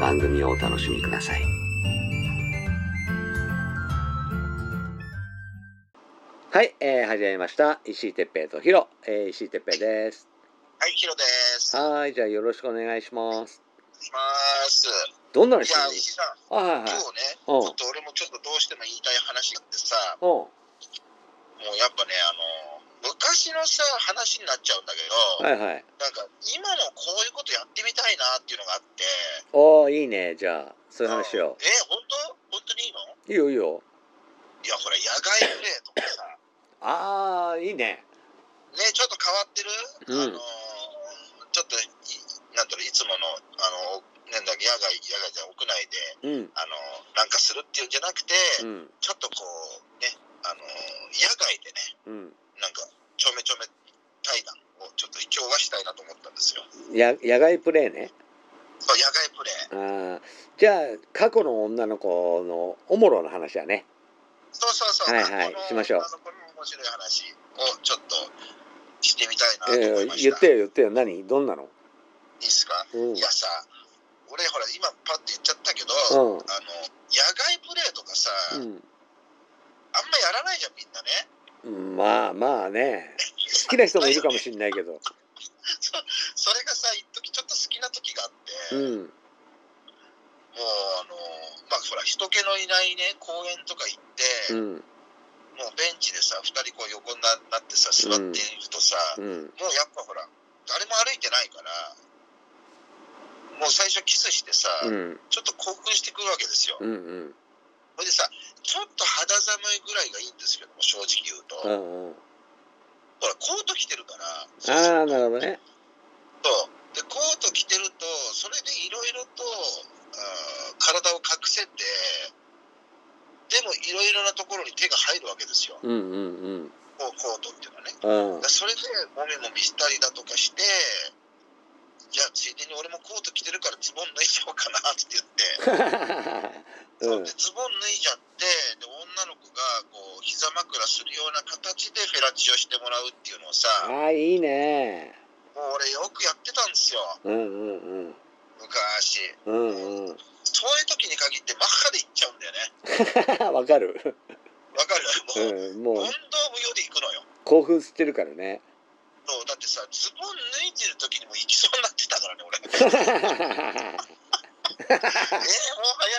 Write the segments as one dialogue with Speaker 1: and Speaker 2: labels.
Speaker 1: 番組をお楽しみください。はい、えー、始めました。石井哲平とヒロ、えー、石井哲平です。
Speaker 2: はい、ヒロです。お願
Speaker 1: はい、じゃあよろしくお願いします。
Speaker 2: いします。い
Speaker 1: どんな話
Speaker 2: や、石井さん、
Speaker 1: あ、はいは
Speaker 2: 今
Speaker 1: い
Speaker 2: 日。ね、ちょっと俺もちょっとどうしても言いたい話があってさ、
Speaker 1: うん。
Speaker 2: もうやっぱね、あの、昔のさ、話になっちゃうんだけど、
Speaker 1: はいはい。
Speaker 2: なんか今のこういうことやってみたいなっていうのがあって、
Speaker 1: おー、いいね。じゃあ、そういう話し
Speaker 2: うん
Speaker 1: よ
Speaker 2: え、本当本当にいいの
Speaker 1: う。いいよいいよ。
Speaker 2: いや、ほら、野外プレイとかさ、
Speaker 1: あー、いいね。
Speaker 2: ね、ちょっと変わってる、
Speaker 1: うん
Speaker 2: あの、ちょっとい、なんだろう、いつもの、あの、なんだ野外、野外じゃない屋内で、
Speaker 1: うん。
Speaker 2: あの、なんかするっていうんじゃなくて、
Speaker 1: うん。
Speaker 2: ちょっとこうねあの野外でね
Speaker 1: うん。
Speaker 2: なんかちょめちょめ対談をちょっと今日はしたいなと思ったんですよ
Speaker 1: や野外プレイね。
Speaker 2: そう野外プレイ
Speaker 1: あーじゃあ、過去の女の子のおもろの話だね。
Speaker 2: そうそうそう
Speaker 1: はいはい
Speaker 2: あの
Speaker 1: しましょう
Speaker 2: あのこの面白い話をちょっとしてみたいな
Speaker 1: え
Speaker 2: と思いま
Speaker 1: ー
Speaker 2: した、
Speaker 1: 言ってよ言ってよ。何どんなの
Speaker 2: いいですか、
Speaker 1: うん。うん
Speaker 2: いやさ俺ほら今パッて言っちゃったけど、あの
Speaker 1: う
Speaker 2: 野外プレイとかさ、あん
Speaker 1: ん。
Speaker 2: まやらないじゃんみんなね
Speaker 1: うんまあまあね。好きな人もいるかも
Speaker 2: れない
Speaker 1: しれないけど。
Speaker 2: それがさ一時ちょっと好きな時があって、
Speaker 1: うん。
Speaker 2: もうあのまあほら人気のいないね公園とか行って、
Speaker 1: うん。
Speaker 2: もうベンチでさ2人こう横にななってさ座っているとさ、
Speaker 1: うん。
Speaker 2: もうやっぱほら誰も歩いてないからもう最初キスしてさ、
Speaker 1: うん。
Speaker 2: ちょっと興奮してくるわけですよ
Speaker 1: うん。うん。
Speaker 2: ほいでさちょっと肌寒いぐらいがいいんですけども正直言うと、
Speaker 1: うんうん。
Speaker 2: ほらコート着てるから
Speaker 1: ああ、なるほどね。
Speaker 2: そうでコート着てるとそれでいろいろとあー体を隠せてでもいろいろなところに手が入るわけですよこ
Speaker 1: うんうんうん。
Speaker 2: うコートっていうのはね
Speaker 1: うん。
Speaker 2: それでもみもみしたりだとかして、じゃあついでに俺もコート着てるからズボン脱いじゃおうかなって言って、
Speaker 1: うん
Speaker 2: で。ズボン脱いじゃって、で女の子がこう膝枕するような形でフェラチオしてもらうっていうのをさ、
Speaker 1: あ
Speaker 2: も
Speaker 1: あ、いいね。
Speaker 2: う俺よくやってたんですよ、
Speaker 1: うんうんうん。
Speaker 2: 昔。
Speaker 1: うんうん。
Speaker 2: そういう時に限ってマッハで行っちゃうんだよね。
Speaker 1: わかる。
Speaker 2: わかるもう、
Speaker 1: うん。も
Speaker 2: 運
Speaker 1: う
Speaker 2: 動部より行くのよ。
Speaker 1: 興奮してるからね。
Speaker 2: そうだってさ、ズボン脱いでる時にも行きそうになってたからね、 俺。えー、もう早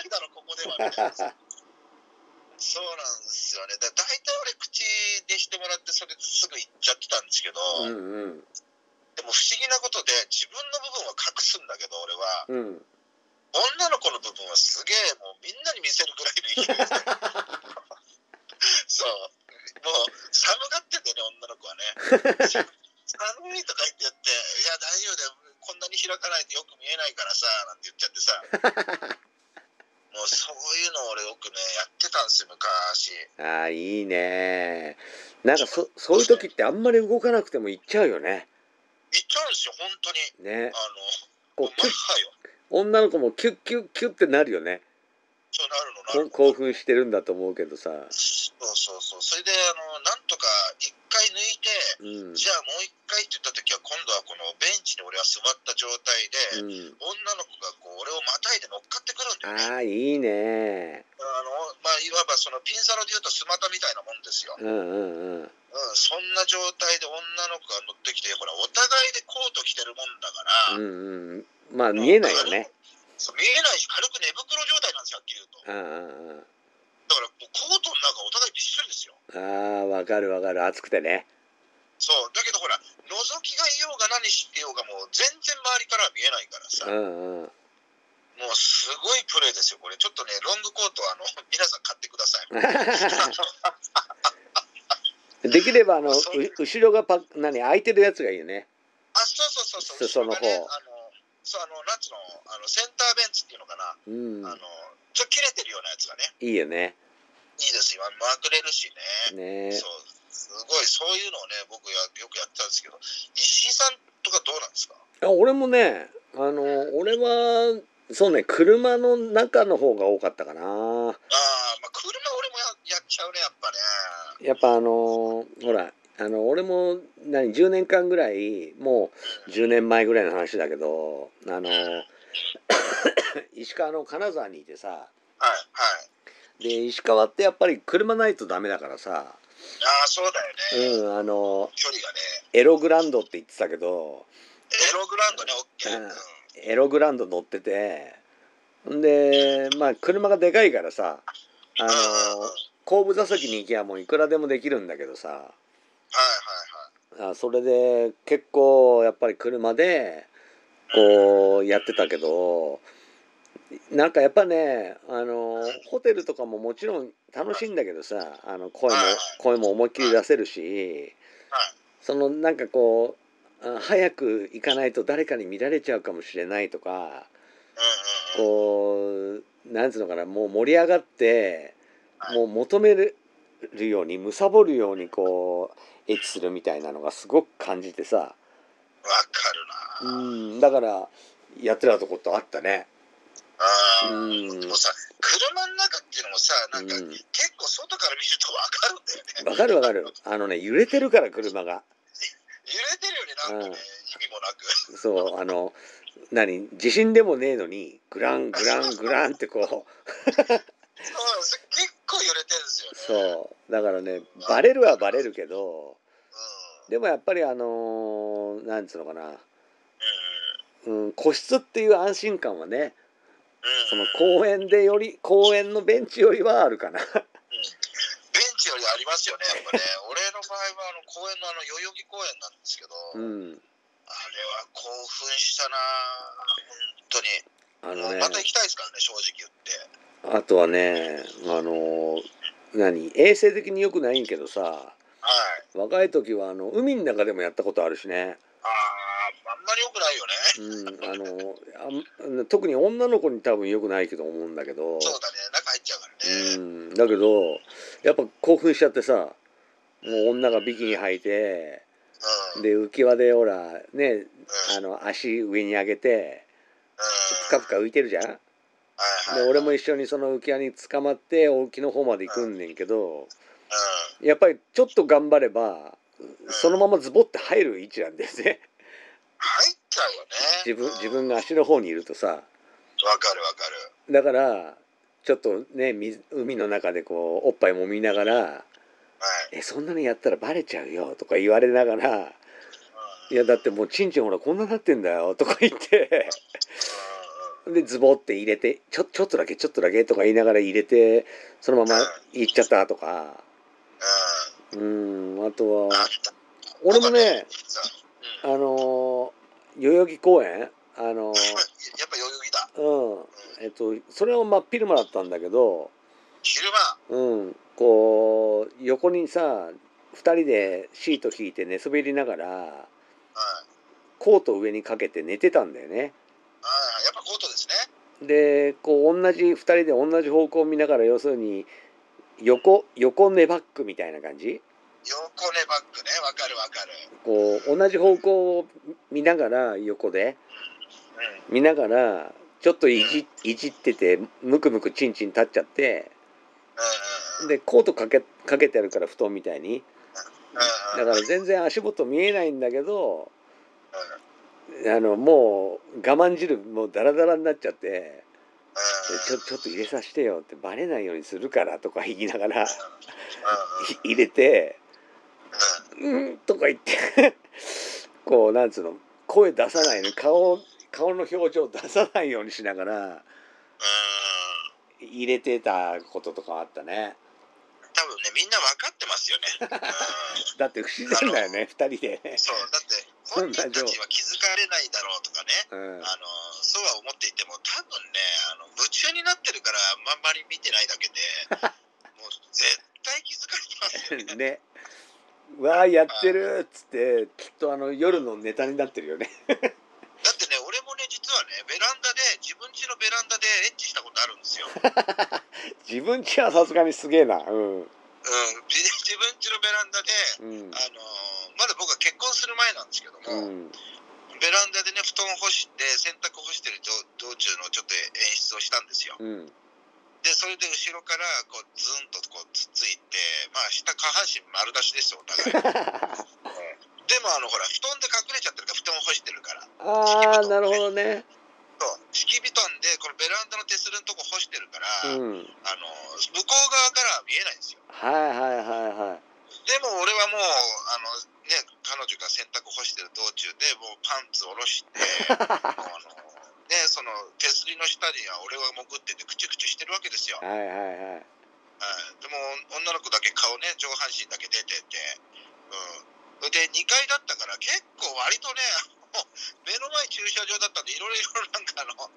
Speaker 2: いだろ、ここでは、みたいなさ。そうなんですよね。だ大体俺口でしてもらってそれですぐ行っちゃってたんですけど、
Speaker 1: うんうん
Speaker 2: でも不思議なことで自分の部分は隠すんだけど俺は
Speaker 1: うん。
Speaker 2: 女の子の部分はすげえもうみんなに見せるぐらいの勢いでそうもう寒がってんだよね女の子はね寒いとか言ってやって「いや大丈夫だよこんなに開かないとよく見えないからさ」なんて言っちゃってさもうそういうの俺よくねやってたんですよ昔。
Speaker 1: ああ、いいね。なんかそそういう時ってあんまり動かなくても行っちゃうよね。
Speaker 2: 行っちゃうんですよ本当に
Speaker 1: ね。
Speaker 2: あの
Speaker 1: こ
Speaker 2: もう
Speaker 1: う
Speaker 2: マ
Speaker 1: キュ
Speaker 2: ッ
Speaker 1: ッ
Speaker 2: ハよ
Speaker 1: 女の子もキュッキュッキュッってなるよね。
Speaker 2: そうなるのなる
Speaker 1: こ
Speaker 2: の
Speaker 1: 興奮してるんだと思うけどさ。
Speaker 2: そうそうそうそれであのなんとか一回抜いて
Speaker 1: うん。
Speaker 2: じゃあもう一回って言った時は今度はこのベンチに俺は座った状態で、
Speaker 1: うん。
Speaker 2: 女の子がこう俺をまたいで乗っかってくるんだよね
Speaker 1: ああ、いいね。
Speaker 2: あの、まあ、いわばそのピンサロで言うとスマタみたいなもんですよ、うん、
Speaker 1: うんうんうん。
Speaker 2: そんな状態で女の子が乗ってきてほらお互いでコート着てるもんだから、
Speaker 1: うんうん。まあ見えないよね。
Speaker 2: そう見えないし軽く寝袋状態なんですよはっきり言うと
Speaker 1: うんうんうん
Speaker 2: だからもうコートの中お互いびっしょりですよ
Speaker 1: あーわかるわかる暑くてね
Speaker 2: そうだけどほら覗きがいようが何してようがもう全然周りからは見えないからさ
Speaker 1: うん うん
Speaker 2: もうすごいプレーですよこれちょっとねロングコートあの 皆さん買ってください
Speaker 1: できればあのう
Speaker 2: そう
Speaker 1: 後ろがパ何空いてるやつがいいよね
Speaker 2: あそうそうそうそう
Speaker 1: 裾の
Speaker 2: 後
Speaker 1: 方
Speaker 2: ろがねあのそうあのなんつうのあのセンターベンチっていうのかな、
Speaker 1: うん
Speaker 2: あのちょっと切れてるようなやつがね
Speaker 1: いいよね
Speaker 2: いいですよまくれるし
Speaker 1: ね
Speaker 2: ねそうすごいそういうのをね僕やよくやってたんですけど石井さんとかどうなんですか
Speaker 1: あ俺もねあの俺はそうね車の中の方が多かったかな
Speaker 2: ああまあ車俺もややっちゃうねやっぱね
Speaker 1: やっぱあのほらあの俺も何10年間ぐらいもう10年前ぐらいの話だけどあの 石川の金沢にいてさ
Speaker 2: はいはい
Speaker 1: で石川ってやっぱり車ないとダメだからさ
Speaker 2: ああそうだよね、
Speaker 1: うんあの
Speaker 2: 距離がね
Speaker 1: エログランドって言ってたけど
Speaker 2: エログランドねオッケー、
Speaker 1: うん
Speaker 2: うん、
Speaker 1: エログランド乗っててんでまあ車がでかいからさあの
Speaker 2: うんうんうんはいはい
Speaker 1: 後部座席に行きゃもういくらでもできるんだけどさ
Speaker 2: はい
Speaker 1: あそれで結構やっぱり車でこうやってたけどなんかやっぱねあのホテルとかももちろん楽しいんだけどさあの声も声も思いっきり出せるし
Speaker 2: はい
Speaker 1: そのなんかこうあ早く行かないと誰かに見られちゃうかもしれないとか
Speaker 2: うんうんうん
Speaker 1: こうなんつうのかなもう盛り上がって
Speaker 2: はい
Speaker 1: もう求めるように貪るようにこうエッチするみたいなのがすごく感じてさ
Speaker 2: わかるな、
Speaker 1: うんだからやってたとことあったね
Speaker 2: ああ、
Speaker 1: うん
Speaker 2: でもさ車の中っていうのもさなんか、
Speaker 1: うん
Speaker 2: 結構外から見るとわかるんだよね
Speaker 1: わかるわかるあのね揺れてるから車が
Speaker 2: 揺れてるよねなんか
Speaker 1: うん
Speaker 2: ね、意味もなく
Speaker 1: そうあの何地震でもねえのにグラングラングランってこう
Speaker 2: そうそ結構揺れてるんですよね
Speaker 1: そうだからねバレるはバレるけど
Speaker 2: うん、うん、
Speaker 1: でもやっぱりあのなんつうのかなうん、個室っていう安心感はねその
Speaker 2: うん、ベン
Speaker 1: 公園でより公園のベンチよりはあるかな
Speaker 2: チよりありますよねやっ ぱね俺の場合はあの公園のあの代々木公園なんですけど、
Speaker 1: うん
Speaker 2: あれは興奮したな本当に
Speaker 1: あの
Speaker 2: もう
Speaker 1: ね
Speaker 2: また行きたいですからね正直言って
Speaker 1: あとはねあの何衛生的に良くないんけどさ
Speaker 2: はい
Speaker 1: 若い時はあの海の中でもやったことあるしね、
Speaker 2: あああんまり良くないよね、
Speaker 1: うん、あのあん特に女の子に多分良くないけど思うんだけど、
Speaker 2: そうだね中入っちゃうからね、
Speaker 1: うん、だけどやっぱ興奮しちゃってさもう女がビキニ履いて
Speaker 2: うん
Speaker 1: で浮き輪でほらね
Speaker 2: うん
Speaker 1: あの足上に上げて
Speaker 2: ふ
Speaker 1: ぷかぷか浮いてるじゃん
Speaker 2: はい
Speaker 1: で
Speaker 2: はい、
Speaker 1: 俺も
Speaker 2: うん、
Speaker 1: 一緒にその浮き輪に捕まってお沖の方まで行くんねんけど
Speaker 2: あ
Speaker 1: やっぱりちょっと頑張ればそのままズボって入る位置なんですね
Speaker 2: 入っちゃうよね
Speaker 1: 自分自分
Speaker 2: が
Speaker 1: が足の方にいるとさ
Speaker 2: わかるわかる
Speaker 1: だからちょっとね水海の中でこうおっぱいもみながら
Speaker 2: はい
Speaker 1: 「えそんなのやったらバレちゃうよ」とか言われながら「いやだってもうちんちんほらこんななってんだよ」とか言ってでズボって入れて「ちょちょっとだけちょっとだけ」とか言いながら入れてそのまま行っちゃったとか。
Speaker 2: う
Speaker 1: うんあと
Speaker 2: んうん
Speaker 1: は
Speaker 2: うんあった
Speaker 1: 俺もね
Speaker 2: さ
Speaker 1: あ
Speaker 2: うん、やっ
Speaker 1: のー代々木公園あの
Speaker 2: ぱ代々木だ、
Speaker 1: ーうん
Speaker 2: うん、
Speaker 1: えっとそれは真っ昼間だったんだけど
Speaker 2: 昼間
Speaker 1: うんこう横にさ2人でシート引いて寝そべりながら
Speaker 2: はい
Speaker 1: コートを上にかけて寝てたんだよね
Speaker 2: あーやっぱコートですね
Speaker 1: でこう同じ2人で同じ方向を見ながら要するに横横寝バックみたいな感じ
Speaker 2: 横ねバックねわかるわかる
Speaker 1: こう同じ方向を見ながら横で
Speaker 2: うん
Speaker 1: 見ながらちょっといじいじっててムクムクチンチン立っちゃって
Speaker 2: うんうんうん
Speaker 1: でコートかけかけてあるから布団みたいにだ
Speaker 2: う
Speaker 1: か
Speaker 2: んうん
Speaker 1: ら全然足元見えないんだけど
Speaker 2: うん
Speaker 1: あのもう我慢汁もうダラダラになっちゃってでちょちょっと入れさせてよってバレないようにするからとか言いながらい入れて「うん」とか言ってこうなんつうの声出さないの顔顔の表情を出さないようにしながら
Speaker 2: うん
Speaker 1: 入れてたこととかあったね
Speaker 2: 多分ねみんな分かってますよね、う
Speaker 1: だって不自然だよね2人でね
Speaker 2: ん、そうだって本人 たちは気づかれないだろうとかね
Speaker 1: うん
Speaker 2: あのそうは思っていても多分ねあの夢中になってるからあんまり見てないだ けでもう絶対気づかれてますよね
Speaker 1: ねわあやってるっつってきっとあの夜のネタになってるよね
Speaker 2: だってね俺もね実はねベランダで自分家のベランダでエッチしたことあるんで すよ、うん、
Speaker 1: 自分ちはさすがにすげえなうん
Speaker 2: 自自分家のベランダで
Speaker 1: うん
Speaker 2: あのまだ僕は結婚する前なんですけど
Speaker 1: う
Speaker 2: も、
Speaker 1: ん
Speaker 2: ベランダでね布団干して洗濯干してる道道中のちょっと演出をしたんですよ
Speaker 1: うん
Speaker 2: でそれで後ろからこうズンとこうつっついてまあ下下半身丸出しですよ お互いでもあのほら布団で隠れちゃってるから布団干してるから
Speaker 1: ああなるほどね
Speaker 2: そう敷き布団でこのベランダの手すりのとこ干してるから、
Speaker 1: うん
Speaker 2: あの向こう側からは見えないんですよ
Speaker 1: はいはいはいはい
Speaker 2: でも俺はもうあのね彼女が洗濯干してる道中でもうパンツ下ろしてもうあのねその手すりの下には俺は潜っててクチュクチュしてるわけですよ、
Speaker 1: はいはいはい
Speaker 2: はいでも女の子だけ顔ね上半身だけ出ててうんで2階だったから結構割とね もう目の前駐車場だったんでいろいろなんかあの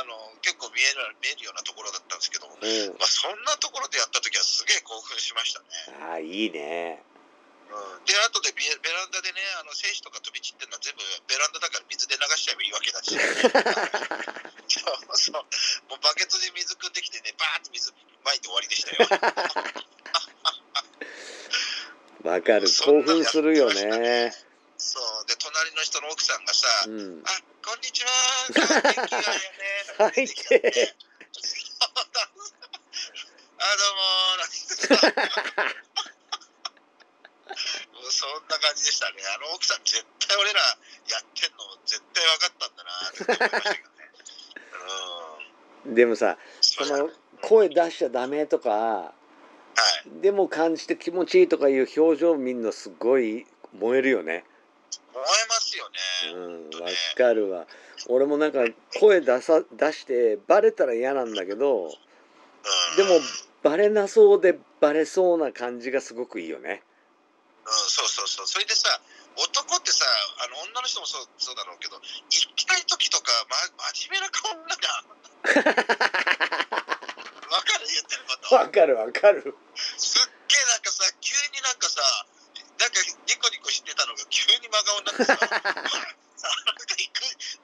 Speaker 2: あの結構見える見えるようなところだったんですけども、
Speaker 1: うん
Speaker 2: まあ、そんなところでやった時はすげえ興奮しましたね、
Speaker 1: ああいいね
Speaker 2: うん、で後でビエベランダでねあの精子とか飛び散ってるのは全部ベランダだから水で流しちゃえばいいわけだしそうそうもうバケツで水汲んできてねバーッと水まいて終わりでしたよ
Speaker 1: わかる興奮するよね
Speaker 2: そうで隣の人の奥さんがさ「
Speaker 1: うん
Speaker 2: あこんにちは元気 がいいよね」
Speaker 1: 最低
Speaker 2: あどうもなんて もうそんな感じでしたねあの奥さん絶対俺らやってんの絶対分かったんだなって思いましたけどねう ん
Speaker 1: でもさそ
Speaker 2: そ
Speaker 1: う
Speaker 2: だ
Speaker 1: の声出しちゃダメとか
Speaker 2: はい
Speaker 1: でも感じて気持ちいいとかいう表情を見るのすごい燃えるよね
Speaker 2: 燃えますよね、
Speaker 1: うんわかるわ俺もなんか声出さ出してバレたら嫌なんだけど
Speaker 2: うん、
Speaker 1: でも
Speaker 2: うん、
Speaker 1: バレなそうでバレそうな感じがすごくいいよね
Speaker 2: そうそうそうそれでさ男ってさあの女の人もそうそうだろうけど行きたい時とか、ま、真面目な顔なんか わかる言ってること
Speaker 1: わかるわかる
Speaker 2: すっげえなんかさ急になんかさなんかニコニコしてたのが急に真顔になっ てさなんか行く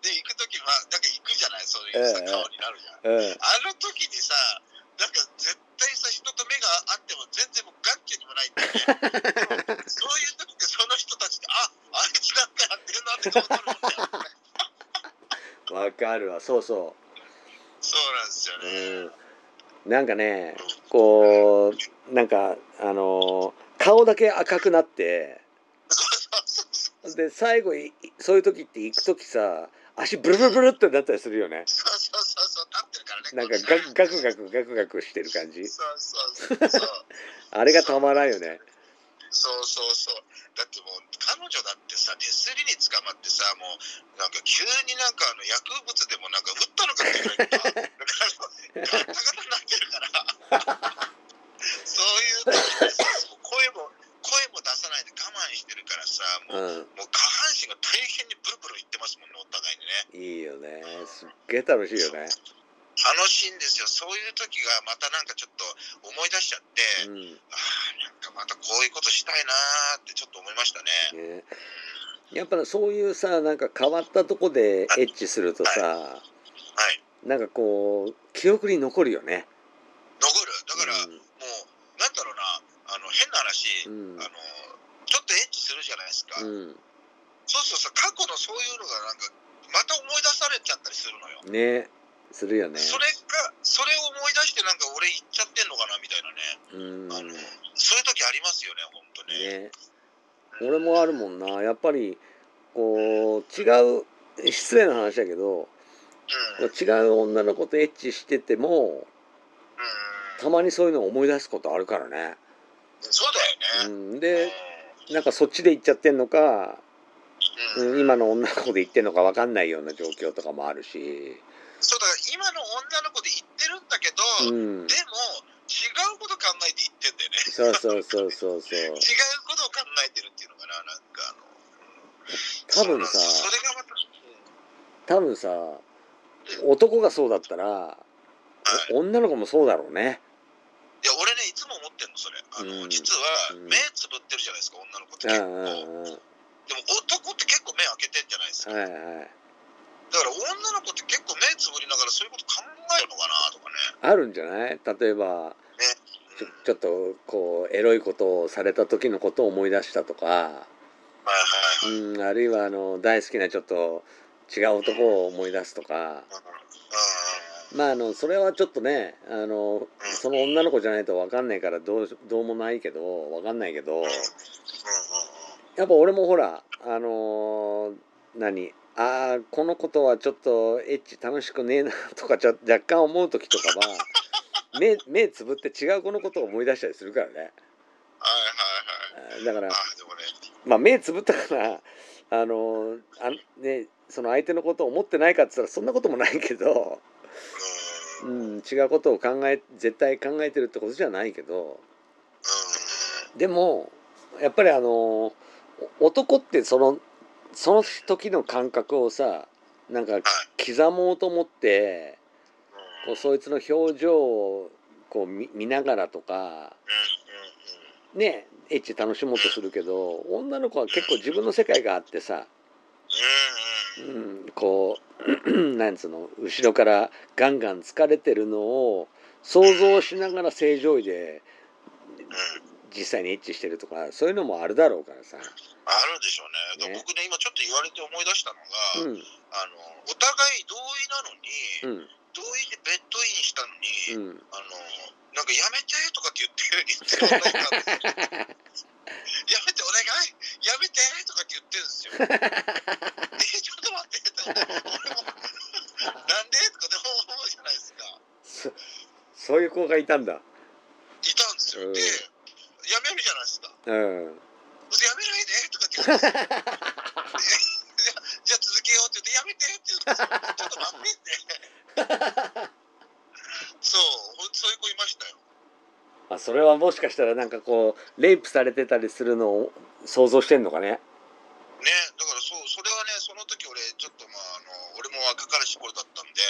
Speaker 2: で行く時はなんか行くじゃないそういうさ
Speaker 1: ええ
Speaker 2: 顔になるじゃん、
Speaker 1: うん
Speaker 2: あの時にさなんか絶対さ人と目があっても全然もう眼中にもないんだよねでもそういう時ってその人たちってああいつなんかやってるなって顔になるんだよ
Speaker 1: わかるわそうそ
Speaker 2: そうなんですよ
Speaker 1: う
Speaker 2: ね、
Speaker 1: うんなんかねこうなんかあのー顔だけ赤くなって
Speaker 2: そうそうそう
Speaker 1: で最後いそういう時って行く時さ足ブルブルブルってなったりするよね
Speaker 2: そうそうそうそう立ってるからね
Speaker 1: なんか
Speaker 2: こっち
Speaker 1: ガガクガクガクガクしてる感じ
Speaker 2: そうそうそうそう
Speaker 1: あれがたまらんよね
Speaker 2: そうそうそう。だってもう彼女だってさ手すりに捕まってさもうなんか急になんかあの薬物でもなんか打ったのかってぐらいガタガタになってるからそういう時ってさもう声も声も出さないで我慢してるからさ
Speaker 1: う
Speaker 2: も
Speaker 1: ん
Speaker 2: う,、もう下半身が大変にブルブルいってますもんねお互いにね。
Speaker 1: いいよねすっげえ楽しいよね
Speaker 2: 楽しいんですよそういう時がまたなんかちょっと思い出しちゃって、
Speaker 1: うん
Speaker 2: あーなんかまたこういうことしたいなーってちょっと思いましたね。
Speaker 1: ねやっぱそういうさなんか変わったとこでエッチするとさ
Speaker 2: はい
Speaker 1: なんかこう記憶に残るよね
Speaker 2: 残るだから、もうなんだろうなあの変な話、
Speaker 1: うん
Speaker 2: あのちょっとエッチするじゃないですか、
Speaker 1: うん、
Speaker 2: そうするとさ過去のそういうのがなんかまた思い出されちゃったりするのよ、
Speaker 1: うん、ねするよね
Speaker 2: それがそれを思い出してなんか俺行っちゃってんのかなみた
Speaker 1: うん
Speaker 2: いなね、あのそういう時ありますよね本当
Speaker 1: ね俺
Speaker 2: ね
Speaker 1: もあるもんなやっぱりこう違う失礼な話だけど
Speaker 2: うんうん
Speaker 1: 違う女の子とエッチしててもたまにそういうのを思い出すことあるからね、
Speaker 2: そうだ
Speaker 1: う
Speaker 2: よね、
Speaker 1: ん、
Speaker 2: うん
Speaker 1: でなんかそっちで行っちゃってんのか
Speaker 2: うん、
Speaker 1: うん今の女の子で言ってんのか分かんないような状況とかもあるし、
Speaker 2: そうだから今の女の子で言ってるんだけど、
Speaker 1: うん
Speaker 2: で、も違うこと考えて言ってんだよね
Speaker 1: そうそうそうそうそう
Speaker 2: 違うことを考えてるっていうのかななんかあの
Speaker 1: 多分さ
Speaker 2: そうそれがまた、うん
Speaker 1: 多分さ男がそうだったら
Speaker 2: はい、
Speaker 1: お女の子もそうだろうね
Speaker 2: いや俺ねいつも思ってんのそれあの、
Speaker 1: うん
Speaker 2: 実
Speaker 1: う
Speaker 2: は
Speaker 1: ん
Speaker 2: 目つぶってるじゃないですか女の子って
Speaker 1: うんうん
Speaker 2: 結構、
Speaker 1: うん
Speaker 2: でも男って結構目開けてんじゃないですか、
Speaker 1: はいはい
Speaker 2: だから女の子って結構目つぶりながらそういうこと考えるのかなとかね
Speaker 1: あるんじゃない例えばちょちょっとこうエロいことをされた時のことを思い出したとか、
Speaker 2: はいはいはい、
Speaker 1: うん、あるいはあの大好きなちょっと違う男を思い出すとか
Speaker 2: うんうん
Speaker 1: まああのそれはちょっとねあのその女の子じゃないと分かんないからどうどうもないけど分かんないけどやっぱ俺もほらあのー何あーこのことはちょっとエッチ楽しくねえなとかちょ若干思う時とかは目目つぶって違う子のことを思い出したりするからね
Speaker 2: はいはいはい
Speaker 1: あーだから
Speaker 2: あでもね
Speaker 1: まあ目つぶったからあのーあねその相手のことを思ってないかっつったらそんなこともないけど、
Speaker 2: う
Speaker 1: うん
Speaker 2: うん
Speaker 1: ん、違うことを考え絶対考えてるってことじゃないけどでもやっぱりあのお男ってそのその時の感覚をさなんか刻もうと思って
Speaker 2: はい
Speaker 1: こうそいつの表情をこう見見ながらとか
Speaker 2: うんうんうん
Speaker 1: ねエッチ楽しもうとするけど女の子は結構自分の世界があってさ、
Speaker 2: うんうん
Speaker 1: うん、こうなんつうの後ろからガンガン疲れてるのを想像しながら正常位で
Speaker 2: うん
Speaker 1: 実際にエッチしてるとかそういうのもあるだろうからさ。
Speaker 2: あるでしょうね。だから
Speaker 1: ね
Speaker 2: 僕ね、今ちょっと言われて思い出した
Speaker 1: う
Speaker 2: の
Speaker 1: ん
Speaker 2: が、あのお互い同意な
Speaker 1: う
Speaker 2: の
Speaker 1: ん
Speaker 2: に、同意でベッドインしたの
Speaker 1: うん
Speaker 2: に、あのなんかやめてとかって言って、言ってる女がいたんです よやめてお願い、やめてとかって言ってるんで すよ。え、ちょっと待ってと思って、俺も、 なんでとかでも思うじゃないです
Speaker 1: そ
Speaker 2: か。
Speaker 1: そういう子がいたんだ。
Speaker 2: いたんです
Speaker 1: う
Speaker 2: よ。
Speaker 1: ん
Speaker 2: で、やめるじゃないですか。
Speaker 1: うん。
Speaker 2: やめないでとかって 言って。じゃあ続けようって言ってやめてって言ってちょっと待ってってそうほんとそういう子いましたよ
Speaker 1: あそれはもしかしたらなんかこうレイプされてたりするのを想像してんのかね。
Speaker 2: ねだからそうそれはねその時俺ちょっとまああの俺も若かりし頃だったん
Speaker 1: う
Speaker 2: で、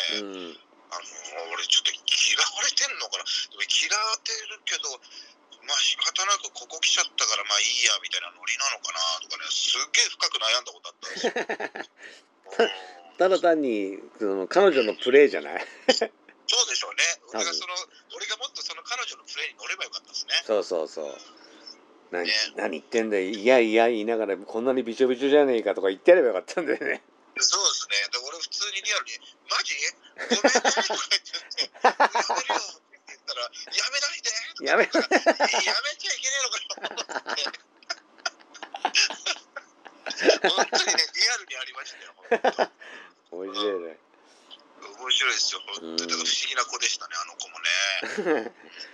Speaker 1: ん。
Speaker 2: あの俺ちょっと嫌われてんのかなでも嫌われてるけどまあ仕方なくここ来ちゃったからまあいいやみたいなノリなのかなとかねすっげえ深く悩んだことあったんで すようん
Speaker 1: ただ単にその彼女のプレイじゃない。
Speaker 2: そうでしょうね
Speaker 1: 多分
Speaker 2: 俺がその俺がもっとその彼女のプレーに乗ればよかったですね
Speaker 1: そうそうそう。な
Speaker 2: ね
Speaker 1: 何言ってんだよいやいや言いながらこんなにびちょびちょじゃねえかとか言ってやればよかったんだよね。
Speaker 2: そうですね。で俺普通にリアルに、マ ジごめんねとか言って、やめるよって言ったら、やめないで
Speaker 1: やめ
Speaker 2: とか言うからやめちゃいけねえのかなと思って。本当にね、リアルにありましたよ。
Speaker 1: 面白いね。
Speaker 2: 面白いですよ。本当に。だから不思議な子でしたね、あの子もね。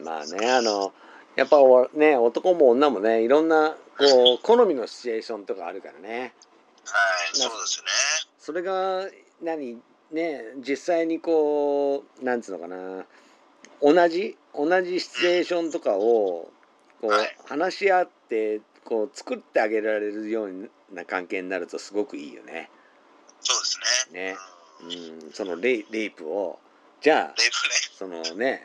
Speaker 1: まあねあのやっぱおね男も女もねいろんなこう好みのシチュエーションとかあるからね。
Speaker 2: はい、そうですね。
Speaker 1: それが何ね実際にこうなんつうのかな同じ同じシチュエーションとかをこう、
Speaker 2: はい
Speaker 1: 話し合ってこう作ってあげられるような関係になるとすごくいいよね。
Speaker 2: そうですね。
Speaker 1: ね
Speaker 2: う
Speaker 1: うんん、そのレイレイプをじゃあ
Speaker 2: レイブね。
Speaker 1: そのね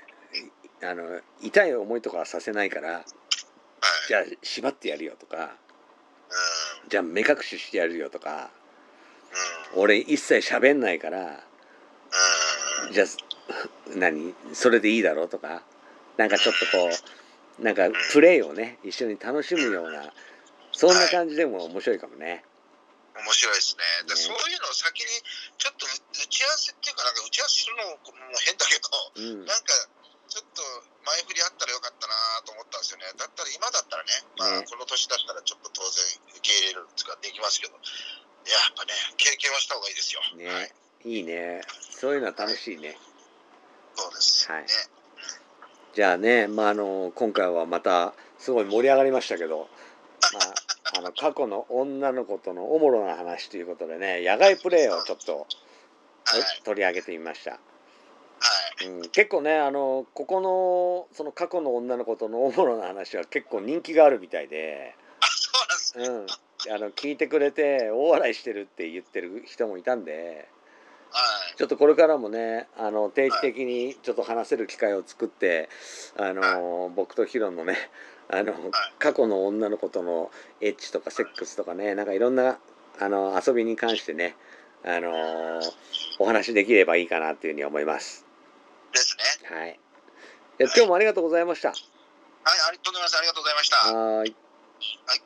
Speaker 1: いあの痛い思いとかはさせないから
Speaker 2: はい。
Speaker 1: じゃあ縛ってやるよとか
Speaker 2: うん。
Speaker 1: じゃあ目隠ししてやるよとか
Speaker 2: うん。
Speaker 1: 俺一切喋んないから
Speaker 2: うん。
Speaker 1: じゃあ何それでいいだろうとかなんかちょっとこうなんかプレイをね一緒に楽しむようなそんな感じでも面白いかもね。
Speaker 2: 面白いですね。で
Speaker 1: ね
Speaker 2: そういうのを先に、ちょっと打ち合わせっていうか、なんか打ち合わせするのも変だけど、
Speaker 1: うん
Speaker 2: なんか、ちょっと前振りあったらよかったなと思ったんですよね。だったら今だったら
Speaker 1: ね
Speaker 2: ね、まあ、この年だったらちょっと当然受け入れるとかできますけど、やっぱね、経験はした方がいいですよ。
Speaker 1: ね
Speaker 2: はい、
Speaker 1: いいねそういうのは楽しいね。
Speaker 2: そうです。
Speaker 1: はい
Speaker 2: ね、
Speaker 1: じゃあねまああの今回はまたすごい盛り上がりましたけど、まあ、あの過去の女の子とのおもろな話ということでね野外プレーをちょっと
Speaker 2: はい。
Speaker 1: 取り上げてみました、
Speaker 2: はい。
Speaker 1: うん、結構ねあのここのその過去の女の子とのおもろな話は結構人気があるみたいで、
Speaker 2: あ、そうなんですね。
Speaker 1: うん、あの聞いてくれて大笑いしてるって言ってる人もいたんで
Speaker 2: はい。
Speaker 1: ちょっとこれからもねあの定期的にちょっと話せる機会を作ってあの僕とヒロのねあの過去の女の子とのエッチとかセックスとかねなんかいろんなあの遊びに関してねあのお話できればいいかなっていうふうに思います。
Speaker 2: ですね。
Speaker 1: はい。いや今日もありがとうございました。
Speaker 2: はい、ありがとうございます。ありがとうございました。
Speaker 1: はーい。
Speaker 2: はい。